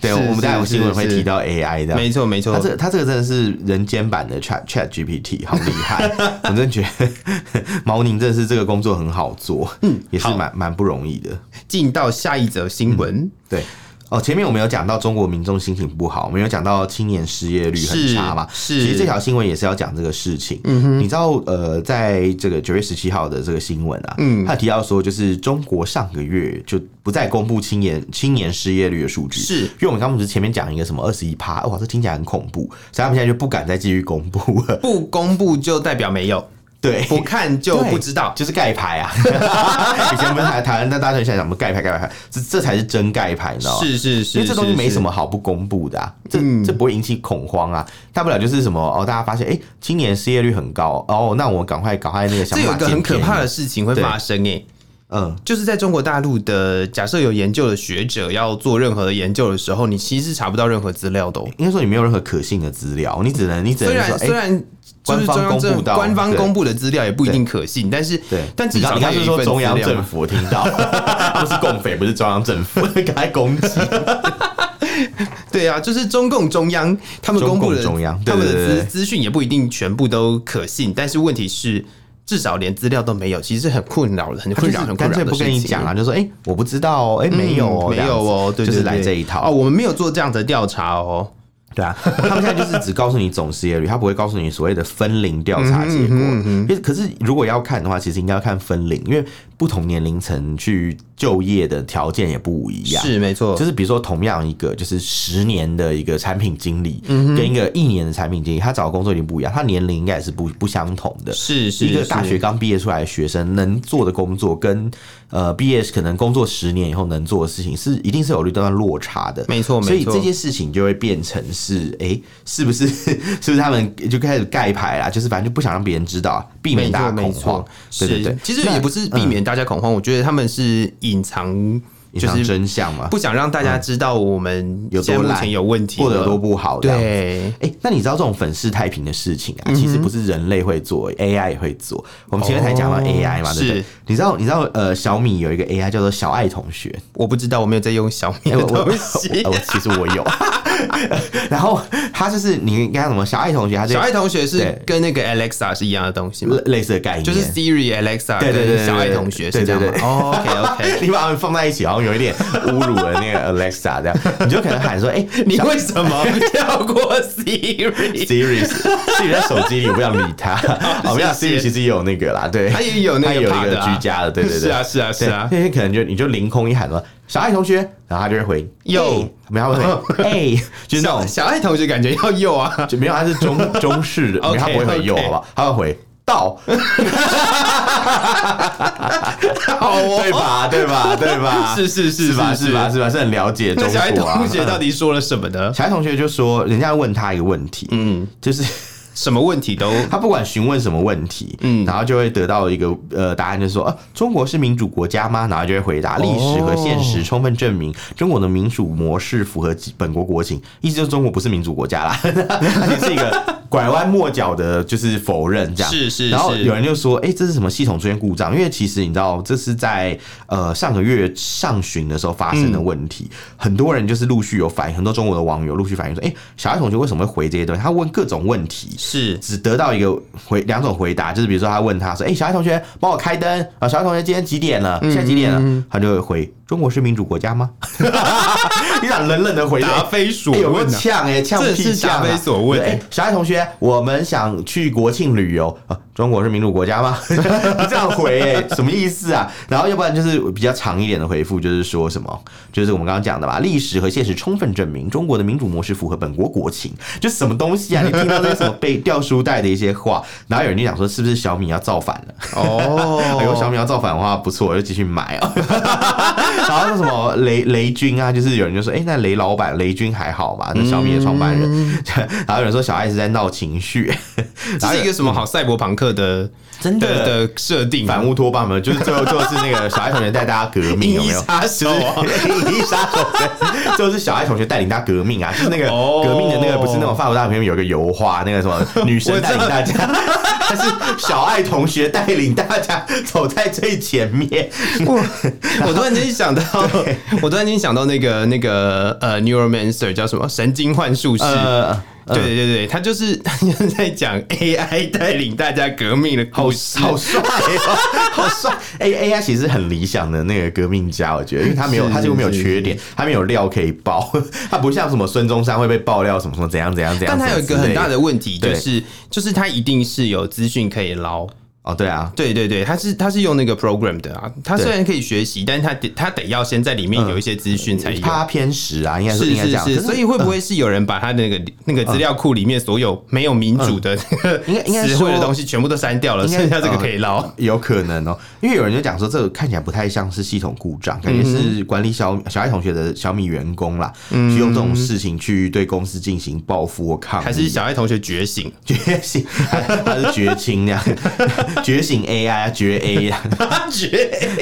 对，
是
我们待会
是
新闻会
是
提到 AI 的，
没错没错
他，这他这个真的是人间版的 Chat Chat GPT，好厉 害！我真觉得毛宁真的是这个工作很好做，嗯，也是
好
蛮蛮不容易的。
进到下一则新闻。
对。哦，前面我们有讲到中国民众心情不好，我们有讲到青年失业率很差嘛。
是是
其实这条新闻也是要讲这个事情。嗯哼，你知道呃，在这个九月十七号的这个新闻啊，嗯，他提到说，就是中国上个月就不再公布青年青年失业率的数据，
是
因为我们刚刚不是前面讲一个什么二十一趴，哇，这听起来很恐怖，所以他们现在就不敢再继续公布了。
不公布就代表没有，
对，
不看就不知道。
就是盖牌啊！ 以前不是台台湾，但大家现在讲什么盖牌盖牌，这这才是真盖牌，你知道吗？
是是是，
因为这东西
是嗯
没什。
是
么好不公布的、啊，这这不会引起恐慌啊。大不了就是什么哦，大家发现哎、诶今年失业率很高哦，那我赶快赶快那个想
这有
法
一个
捡
很可怕
便
的
宜，
事情会
对
发生诶、
嗯，
就是在中国大陆的假设有研究的学者要做任何的研究的时候，你其实是查不到任何资料的、哦。
应该说你没有任何可信的资料，你只能你只
虽
能说
然
哎、
虽然就
官
是
方
中央政
公布到
官方
对
公布的资料也不一定可信，但是
对，
但至
你刚
少
你
它
刚
有
是
一
说
份
中
资
央
料
政府听到， 不是共匪，不是中央政 府，赶
啊
快攻击。
对啊，就是中共中央他们公布的
中共中央对
他们的
对对
资
对
资讯也不一定全部都可信，但是问题是至少连资料都没有，其实是很困扰的，很
啊他就
困
是
扰，很困
干
扰
脆
的
不跟你
事情
讲啊，。就说哎、诶我不知道哦、哎、
嗯
没有哦、
没
这样
有
子
哦，对，
就是
对
来
对
这一套
哦。我们没有做这样的调查哦，
对啊，他们现在就是只告诉你总失业率，他不会告诉你所谓的分龄调查结果。因为可是如果要看的话，其实应该要看分龄，因为不同年龄层去就业的条件也不一样。
是没错，
就是比如说，同样一个就是十年的一个产品经理，跟一个一年的产品经理，他找的工作已经不一样，他年龄应该也是不不相同的。
是是
一个大
是
学刚毕业出来的学生能做的工作，跟呃毕业可能工作十年以后能做的事情，是一定是有一段落差的。
没错
所以
没错
这件事情就会变成是，哎、是不是 是不是他们就开始盖牌啦？就是反正就不想让别人知道，啊避免
没
大
错
家恐
没
慌
错。，
对对对
是，其实
那嗯
也不是避免大家恐慌，我觉得他们是隐藏
隐
就
藏
是
真相嘛，
不想让大家知道我们
有
现
多
在目
烂，
前有问题，
过得有多。不好，这样子
对，嗯
哎、那你知道这种粉饰太平的事情啊，其实不是人类会做、a i 也会做。我们前面才讲到
哦
AI 嘛，对不对
是？
你知道，你知道，呃，小米有一个 AI 叫做小爱同学，
我不知道，我没有在用小
哎
米的
我我
东西
我。我其实我有。 然后他就是你应该什么小爱同学，他就
小爱同学
对
是跟那个 Alexa 是一样的东西吗？
类类似的概念，
就是 Siri、Alexa
对对对对
跟小爱同学
对
是这
对
样
对
吗？OK 哦 OK，
你把他们放在一起，好像有一点侮辱了那个 Alexa 这样，你就可能喊说：“哎、
你
小
为什么跳过 Siri？
Siri Siri 在手机里，我不想理 他。我们讲
谢谢
Siri 其实也有那个啦，对，
它也有那
它
个
有一
part
个
啊
居家的，对对对，
是啊是啊是啊
对那些可能就你就凌空一喊说小爱同学，然后他就会回
哟
哟，没有他会回哎， 就是那种
小爱同学感觉要用啊，
就没有他是中 中式的，没有
OK，
他不会回
OK
右，好不好？他会回到，
好哦
对吧？对吧？对吧？
是是是
啊是吧？
是
是吧？是吧？是很了解中
那小爱
国啊嗯
同。学到底说了什么 呢？
小爱同学就说，人家问他一个问题，嗯，就是。
什么问 题都
他不管询问什么问题，嗯，然后就会得到一个呃答案，就是说、啊，中国是民主国家吗？然后就会回答，
哦
历史和现实充分证明中国的民主模式符合基本国国情，意思就是中国不是民主国家啦， 而且是一个拐弯抹角的，就是否认这样。
是是
然后
是
有人就说，哎、这是什么系统出现故障？因为其实你知道，这是在呃上个月上旬的时候发生的问题，
嗯
很多人就是陆续有反映，很多中国的网友陆续反映说，哎、小爱同学为什么会回这些东西？他问各种问题，
是
只得到一个回两种回答，就是比如说他问他说：“哎、小爱同学，帮我开灯啊！”小爱同学今天几点了？现在几点了？他就会回：“中国是民主国家吗？” 你想冷冷的回答。
答非所
哎有没有
问啊。
呛哎，呛
这
屁
是
呛、
答
啊！
非所问
对哎
哎
小爱同学，我们想去国庆旅游啊，中国是民主国家吗？ 你这样回、哎，什么意思啊？然后要不然就是比较长一点的回复，就是说什么，就是我们刚刚讲的吧，历史和现实充分证明中国的民主模式符合本国国情，就什么东西啊？你听到这些什么被掉书袋的一些话，然后有人就想说，是不是小米要造反了？ 哎呦，小
哦，
米要造反的话不错，我就继续买哦。 然后那什么雷雷军啊，就是有人就说，哎、那雷老板雷军还好吧？那小米的创办人， 然后有人说小爱是在闹情绪，
这是一个什么好赛博朋克的
真的
的的设定啊？
反乌托邦嘛，就是最后最后是那个小爱同学带大家革 命，有
银翼
没有？
杀手啊，
银翼杀手，对就是小爱同学带领大家革命啊，就是那个
哦
革命的那个，不是那种法国大革命有一个油画，那个什么女神带领大家， 但是小爱同学带领大家走在最前面，
我突然间 想到，我突然间想到那个那个呃，Neuromancer 叫什么神经幻术师。
呃，
对对对对，他就是 他就是在讲 AI 带领大家革命的故 事，
好帅哦，好 帅！A A I 其实很理想的那个革命家，我觉得，因为他没有，
是
他几乎没有缺点，他没有料可以爆， 他不像什么孙中山会被爆料什么什么怎样怎样怎样。
但他有一个很大
的
的问题，
对
就是就是他一定是有资讯可以捞。
哦，对啊，
对对对，他是他是用那个 program 的啊，他
对
虽然可以学习，但是他得他得要先在里面有一些资讯才有。
嗯怕他偏食啊，应该是
哎是
应该这
是
样，可
是，
是嗯
所以会不会是有人把他那个那个资料库里面所有没有民主的
应该应该
词汇的
说
东西全部都删掉了，
应该
剩下这个可以捞？
有可能哦，因为有人就讲说，这个看起来不太像是系统故
嗯
障，感觉是管理小小爱同学的小米员工啦，去用这种事情去对公司进行报复或抗议，
嗯还是小爱同学觉醒？
觉醒， 他是绝情那样，觉醒 AI 啊，绝 A 啊，
觉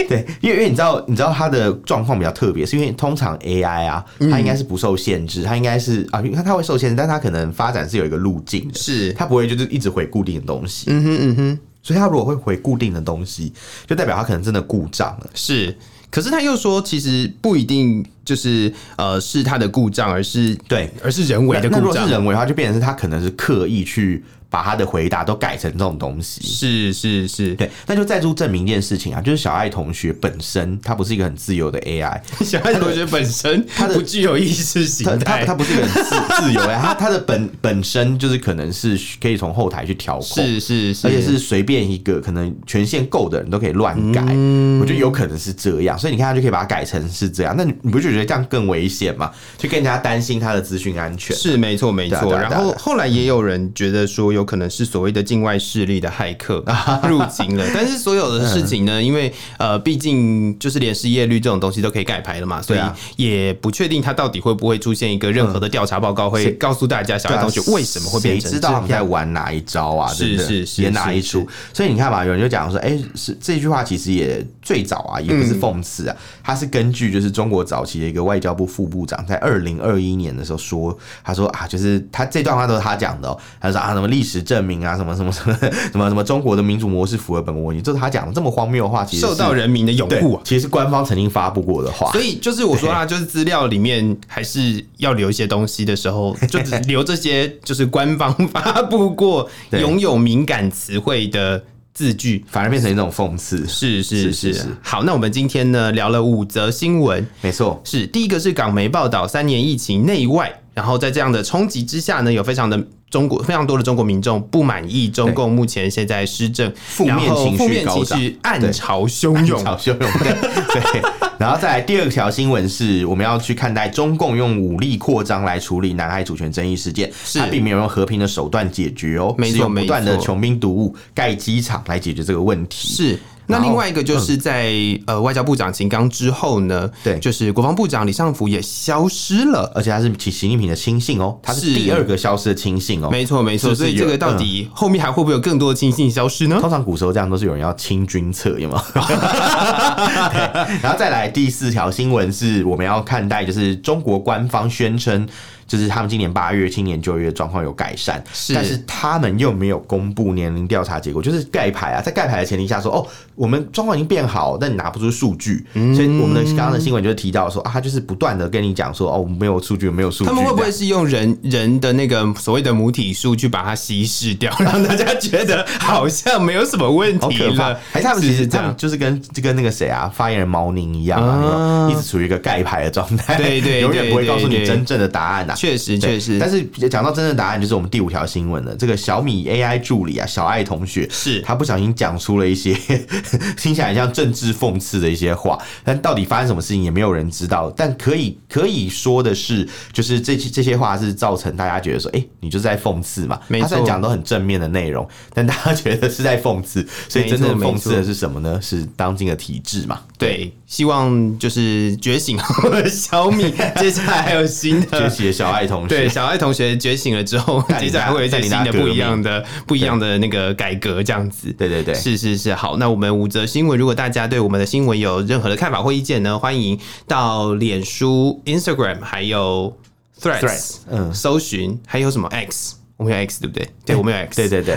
对，因为因为你知道，你知道它的状况比较特别，是因为通常 AI 啊，它应该是不受限制，它应该是啊，因为它它会受限制，但它可能发展是有一个路径的，
是
它不会就是一直回固定的东西，嗯哼嗯哼，所以它如果会回固定的东西，就代表它可能真的故障了，
是，可是他又说，其实不一定就是呃是他的故障，而是
对，
而是人为的
那那如
故
果
障
是。人为的话，就变成是它可能是刻意去把它的回答都改成这种东西，
是是是，
对，那就再度证明一件事情啊，就是小爱同学本身他不是一个很自由的 AI，
小爱同学本身
的
不具有意识
他
形
他
态
他，不是一个很自 自由的，他他的本本身就是可能是可以从后台去调控。
是是是，
而且是随便一个可能权限
嗯
够的人都可以乱改，我觉得有可能是这样，所以你看他就可以把它改成是这样，那你你不觉得觉得这样更危险嘛，就更加担心他的资讯安全。
是没错没
对啊
错。
对啊
然
对啊
后
对啊
后来也有人觉得说，有可能是所谓的境外势力的骇 客入侵了。但是所有的事情呢，
嗯
因为呃，毕竟就是连失业率这种东西都可以盖牌了嘛，所以
对啊
也不确定他到底会不会出现一个任何的调查报告，会
谁
告诉大家小爱同学为什么会变
嗯啊谁
成
知道他们
这
在
样。
玩哪一招啊？
是
真的
是是
演哪一
是
出？所以你看嘛，有人就讲说，哎、是这句话其实也最早啊，也不
嗯
是讽刺啊，它是根据就是中国早期的一个外交部副部长在二零二一年的时候说，他说啊，就是他这段话都是他讲的哦、他说啊什么历史证明啊，什么什么什么 什么什么中国的民主模式符合本国文明，就是他讲的这么荒谬的话，其实
受
是
到人民的拥
对
护啊，！
其实是官方曾经发布过的话，
所以就是我说啊，就是资料里面还是要留一些东西的时候，就只留这些就是官方发布过
对
拥有敏感词汇的字句。
反而变成一种讽刺。
是
是
是是
是啊是
好，那我们今天呢聊了五则新闻，
没错，
是第一个是港媒报道三年疫情内外，然后在这样的冲击之下呢，有非常的中国非常多的中国民众不满意中共目前现在施政，
负面
然后
情绪
负面情
高涨
绪暗潮汹
用
涌，
小汹涌，对对。然后再来第二条新闻是，我们要去看待中共用武力扩张来处理南海主权争议事件，
是
它并没有用和平的手段解决哦，
没错
是用不断的
没错
穷兵黩武、盖机场来解决这个问题。
是。那
然后嗯
另外一个就是在、呃外交部长秦刚之后呢，
对
就是国防部长李尚福也消失了。
而且他是习习近平的亲信哦，他是
是
第二个消失的亲信哦。
没错没错，
是不是
所以这
有嗯
个到底后面还会不会有更多的亲信消失呢？
通常古时候这样都是有人要清君侧，有没有？ 对然后再来第四条新闻是我们要看待，就是中国官方宣称，就是他们今年八月青年就业状况有改善，
是
但是他们又没有公布年龄调查结果，就是盖牌啊，在盖牌的前提下说，哦，我们状况已经变好，但你拿不出数据，
嗯
所以我们的刚刚的新闻就提到说啊，他就是不断的跟你讲说，哦，我们没有数据，没有数据，
他们会不
这
会
样？
是用人人的那个所谓的母体数去把它稀释掉，让大家觉得好像没有什么问
好
题
可怕
了？！
还是他们
是
其
不
实
是这
他们
样？
就是跟就跟那个谁啊，发言人毛宁一样啊，
啊
你有一直处于一个盖牌的状态，
对对
永远
对
不会告诉
对
你
对
真正的答案啊。
确实
对
确实，
但是讲到真正的答案，就是我们第五条新闻了。这个小米 AI 助理啊，小爱同学，
是
他不小心讲出了一些 听起来像政治讽刺的一些话，但到底发生什么事情也没有人知道。但可以可以说的是，就是这些这些话是造成大家觉得说，哎、你就是在讽刺嘛。
没错
他虽然讲都很正面的内容，但大家觉得是在讽刺，所以
没错
真正
没
讽
错
刺的是什么呢？是当今的体制嘛。
对，希望就是觉醒 后的小 米，接下来还有新
学
的。
习的小爱同学，
呃 对，小爱同学觉醒了 之后，
带领
接下来会有一些新
大
的
带领大家革
不
命
一样的、不一样的那个改革，这样子。
对对对
是是是，好，那我们五则新闻，如果大家对我们的新闻有任何的看法或意见呢，欢迎到脸书、Instagram 还有 Threads，,
Threads，嗯
搜寻还有什么 X。我们有 X 对不对？对，我们有 X。
对对对，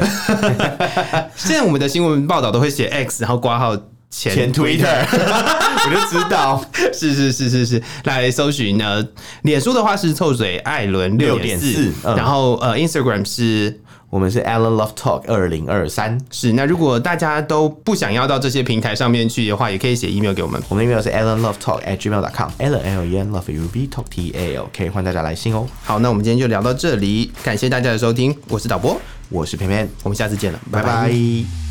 现在我们的新闻报道都会写 X，然后挂号前
前 Twitter，我 就知道。
是是是是是，来搜寻呃，脸书的话是臭嘴艾伦六点四
6.4，嗯
然后呃，Instagram 是
我们是 Alan Love Talk 二零二三，
是。那如果大家都不想要到这些平台上面去的话，也可以写 email 给我们。
我们的 email 是 Alan Love Talk at gmail dot com，Alan L E N Love U V Talk T A L，可以欢迎大家来信哦。
好，那我们今天就聊到这里，感谢大家的收听，我是导播，
我是偏偏，
我们下次见了，
拜
拜拜
拜